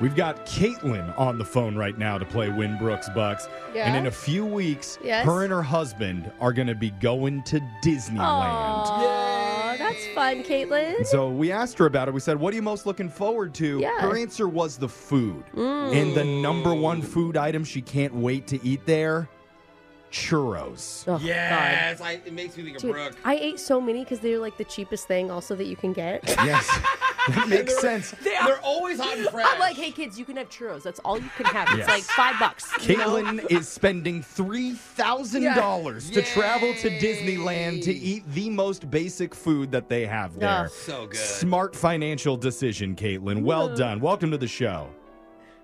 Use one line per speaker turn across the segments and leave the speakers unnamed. We've got Caitlin on the phone right now to play Win Brooks Bucks.
Yeah.
And in a few weeks,
Yes.
her and her husband are going to be going to Disneyland.
Aw, that's fun, Caitlin.
And So we asked her about it. We said, What are you most looking forward to?
Yeah.
Her answer was the food. And the number one
Mm.
food item she can't wait to eat there churros.
Oh, God.
Yes, I, it makes me think of
Dude,
Brooke.
I ate so many because they're like the cheapest thing also that you can get.
yes. That makes sense.
They're always hot and fresh.
I'm like, hey kids, you can have churros. That's all you can have.
Yes.
It's like five bucks.
Caitlin is spending $3,000 to travel to Disneyland to eat the most basic food that they have there.
so good.
Smart financial decision, Caitlin. Well done. Welcome to the show.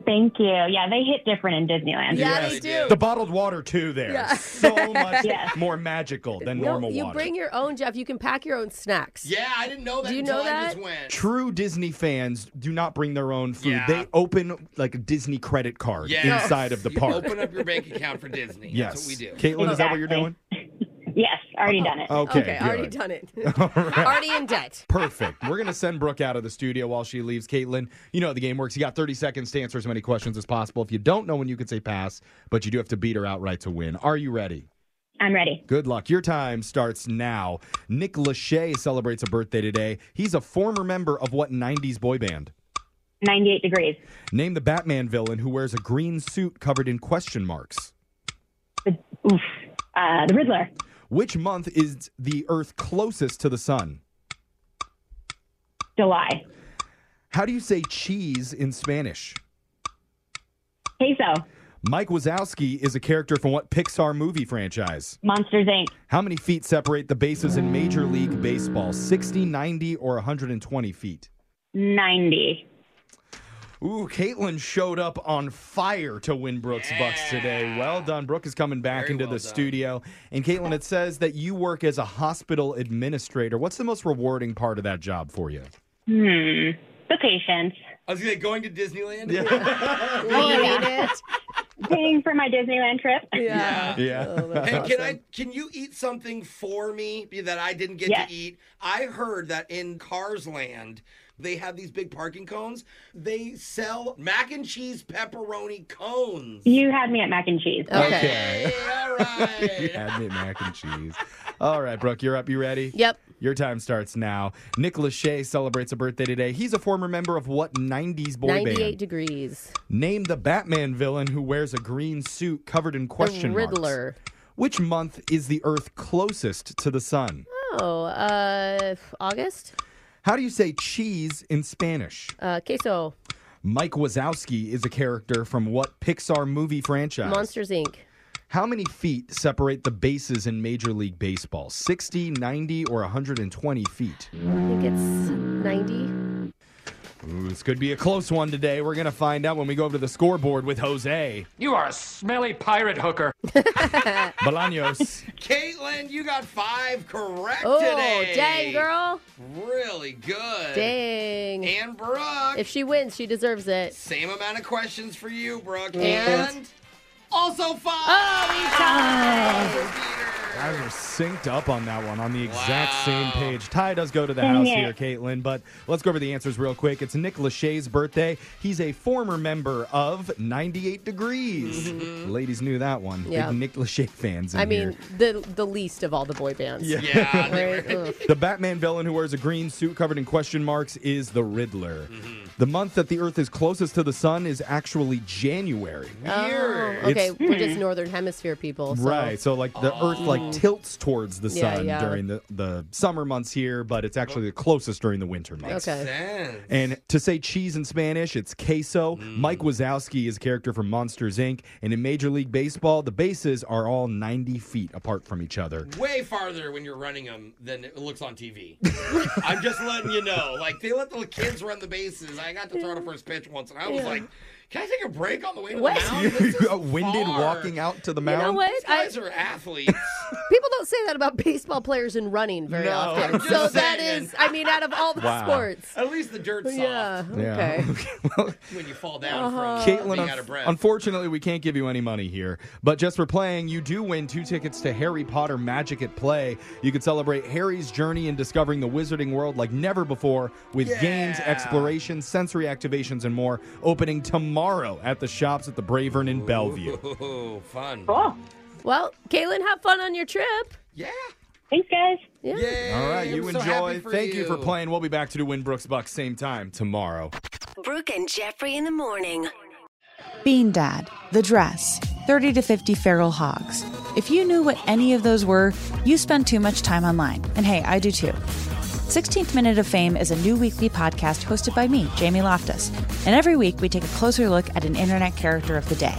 Thank you. Yeah, they hit different in Disneyland.
yeah,
Yes.
they do.
The bottled water, too, there.
Yeah.
So much
Yes.
more magical than
No,
normal
you
water.
bring your own, Jeff. You can pack your own snacks.
yeah, I didn't know that
Do you
until
know
I
that?
just went.
True Disney fans do not bring their own food.
Yeah.
They open like a Disney credit card
Yes.
inside of the
You
park.
open up your bank account for Disney. That's
yes.
what we do.
Caitlin, is that what you're doing?
Yes, already done it.
Okay.
Okay, already
good.
done it.
right.
Already in debt.
Perfect. We're going to send Brooke out of the studio while she leaves. Caitlin, you know how the game works. You got 30 seconds to answer as many questions as possible. If you don't know when you can say pass, but you do have to beat her outright to win. Are you ready?
I'm ready.
Good luck. Your time starts now. Nick Lachey celebrates a birthday today. He's a former member of what 90s boy band?
98 degrees.
Name the Batman villain who wears a green suit covered in question marks.
Oof. Uh, the Riddler.
Which month is the Earth closest to the sun?
July.
How do you say cheese in Spanish?
Queso.
Mike Wazowski is a character from what Pixar movie franchise?
Monsters Inc.
How many feet separate the bases in Major League Baseball? 60, 90, or 120 feet?
90.
Ooh, Caitlin showed up on fire to win Brooks Bucks today. Well done. Brooke is coming back
Very
into
well
the
done.
studio. And Caitlin, it says that you work as a hospital administrator. What's the most rewarding part of that job for you?
Hmm. The patience.
I was gonna say going to Disneyland.
I need it.
Paying for my Disneyland trip.
Yeah.
Yeah.
Hey, can I? Can you eat something for me that I didn't get
Yes.
to eat? I heard that in Cars Land they have these big parking cones. They sell mac and cheese pepperoni cones.
You had me at mac and cheese.
Okay.
Okay.
Hey, all right.
Had me mac and cheese. All right, Brooke, you're up. You ready?
Yep.
Your time starts now. Nick Lachey celebrates a birthday today. He's a former member of what 90s boy
98
band?
degrees.
Name the Batman villain who wears a green suit covered in question
the Riddler.
marks. Which month is the Earth closest to the sun?
Oh, uh, August?
How do you say cheese in Spanish?
Uh, queso.
Mike Wazowski is a character from what Pixar movie franchise?
Monsters, Inc.
How many feet separate the bases in Major League Baseball? 60, 90, or 120 feet?
I think it's 90.
Ooh, this could be a close one today. We're going to find out when we go over to the scoreboard with Jose
You are a smelly pirate hooker.
Bolaños.
Caitlin, you got five correct
Oh,
today.
dang, girl.
Really good.
Dang.
And Brooke.
If she wins, she deserves it.
Same amount of questions for you, Brooke.
Mm. And-
And also five.
Oh,
Guys are synced up on that one on the exact same page. Ty does go to the
Dang
house
it.
here, Caitlin, but let's go over the answers real quick. It's Nick Lachey's birthday. He's a former member of 98 Degrees. Ladies knew that one.
Yeah.
Big Nick Lachey fans in
I
here.
mean, the the least of all the boy bands.
Yeah.
Yeah. they
Right? Ugh.
The Batman villain who wears a green suit covered in question marks is the Riddler. The month that the Earth is closest to the sun is actually January.
Oh,
Weird.
okay, we're just northern hemisphere people. So. Oh.
Right, so like the Earth like tilts towards the
Yeah,
sun
yeah.
during the, the summer months here, but it's actually the closest during the winter months.
Okay.
Sense.
And to say cheese in Spanish, it's queso. Mike Wazowski is a character from Monsters Inc. And in Major League Baseball, the bases are all 90 feet apart from each other.
way farther when you're running them than it looks on TV. I'm just letting you know. Like they let the kids run the bases. I got to throw to first pitch once, and I was like, "Can I take a break on the way to
What?
the mound?" This
You
is
got winded
far.
walking out to the
You
mound.
know what?
These
I,
guys are athletes.
people don't say that about baseball players and running very
No,
often.
I'm
So
just
that
saying.
is, I mean, out of all the
Wow.
sports.
At least the dirt's soft
Yeah.
Yeah.
Okay.
well,
when you fall down from
Caitlin,
being
un-
out of breath.
unfortunately, we can't give you any money here. But just for playing, you do win two tickets to Harry Potter Magic at Play. You can celebrate Harry's journey in discovering the wizarding world like never before with
Yeah.
games, explorations, sensory activations, and more. Opening tomorrow at the shops at the Bravern in Bellevue.
Ooh, fun.
Cool.
Well, Kaylin, have fun on your trip.
Yeah.
Thanks, guys.
Yeah.
Yay,
All right, you
I'm so
enjoy.
happy for
Thank you for playing. We'll be back to do Win Brooks Bucks same time tomorrow.
Brooke and Jeffrey in the morning.
Bean Dad, The Dress, 30 to 50 Feral Hogs. If you knew what any of those were, you spend too much time online. And hey, I do too. 16th Minute of Fame is a new weekly podcast hosted by me, Jamie Loftus. And every week we take a closer look at an internet character of the day.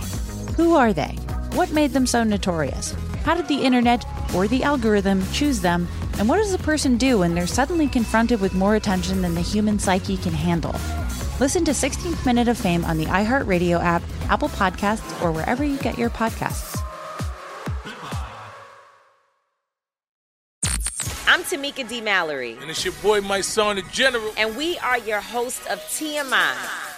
Who are they? What made them so notorious? How did the internet or the algorithm choose them? And what does a person do when they're suddenly confronted with more attention than the human psyche can handle? Listen to 16th Minute of Fame on the iHeartRadio app, Apple Podcasts, or wherever you get your podcasts.
I'm Tamika D. Mallory,
And it's your boy, my son, the general.
and we are your host of TMI.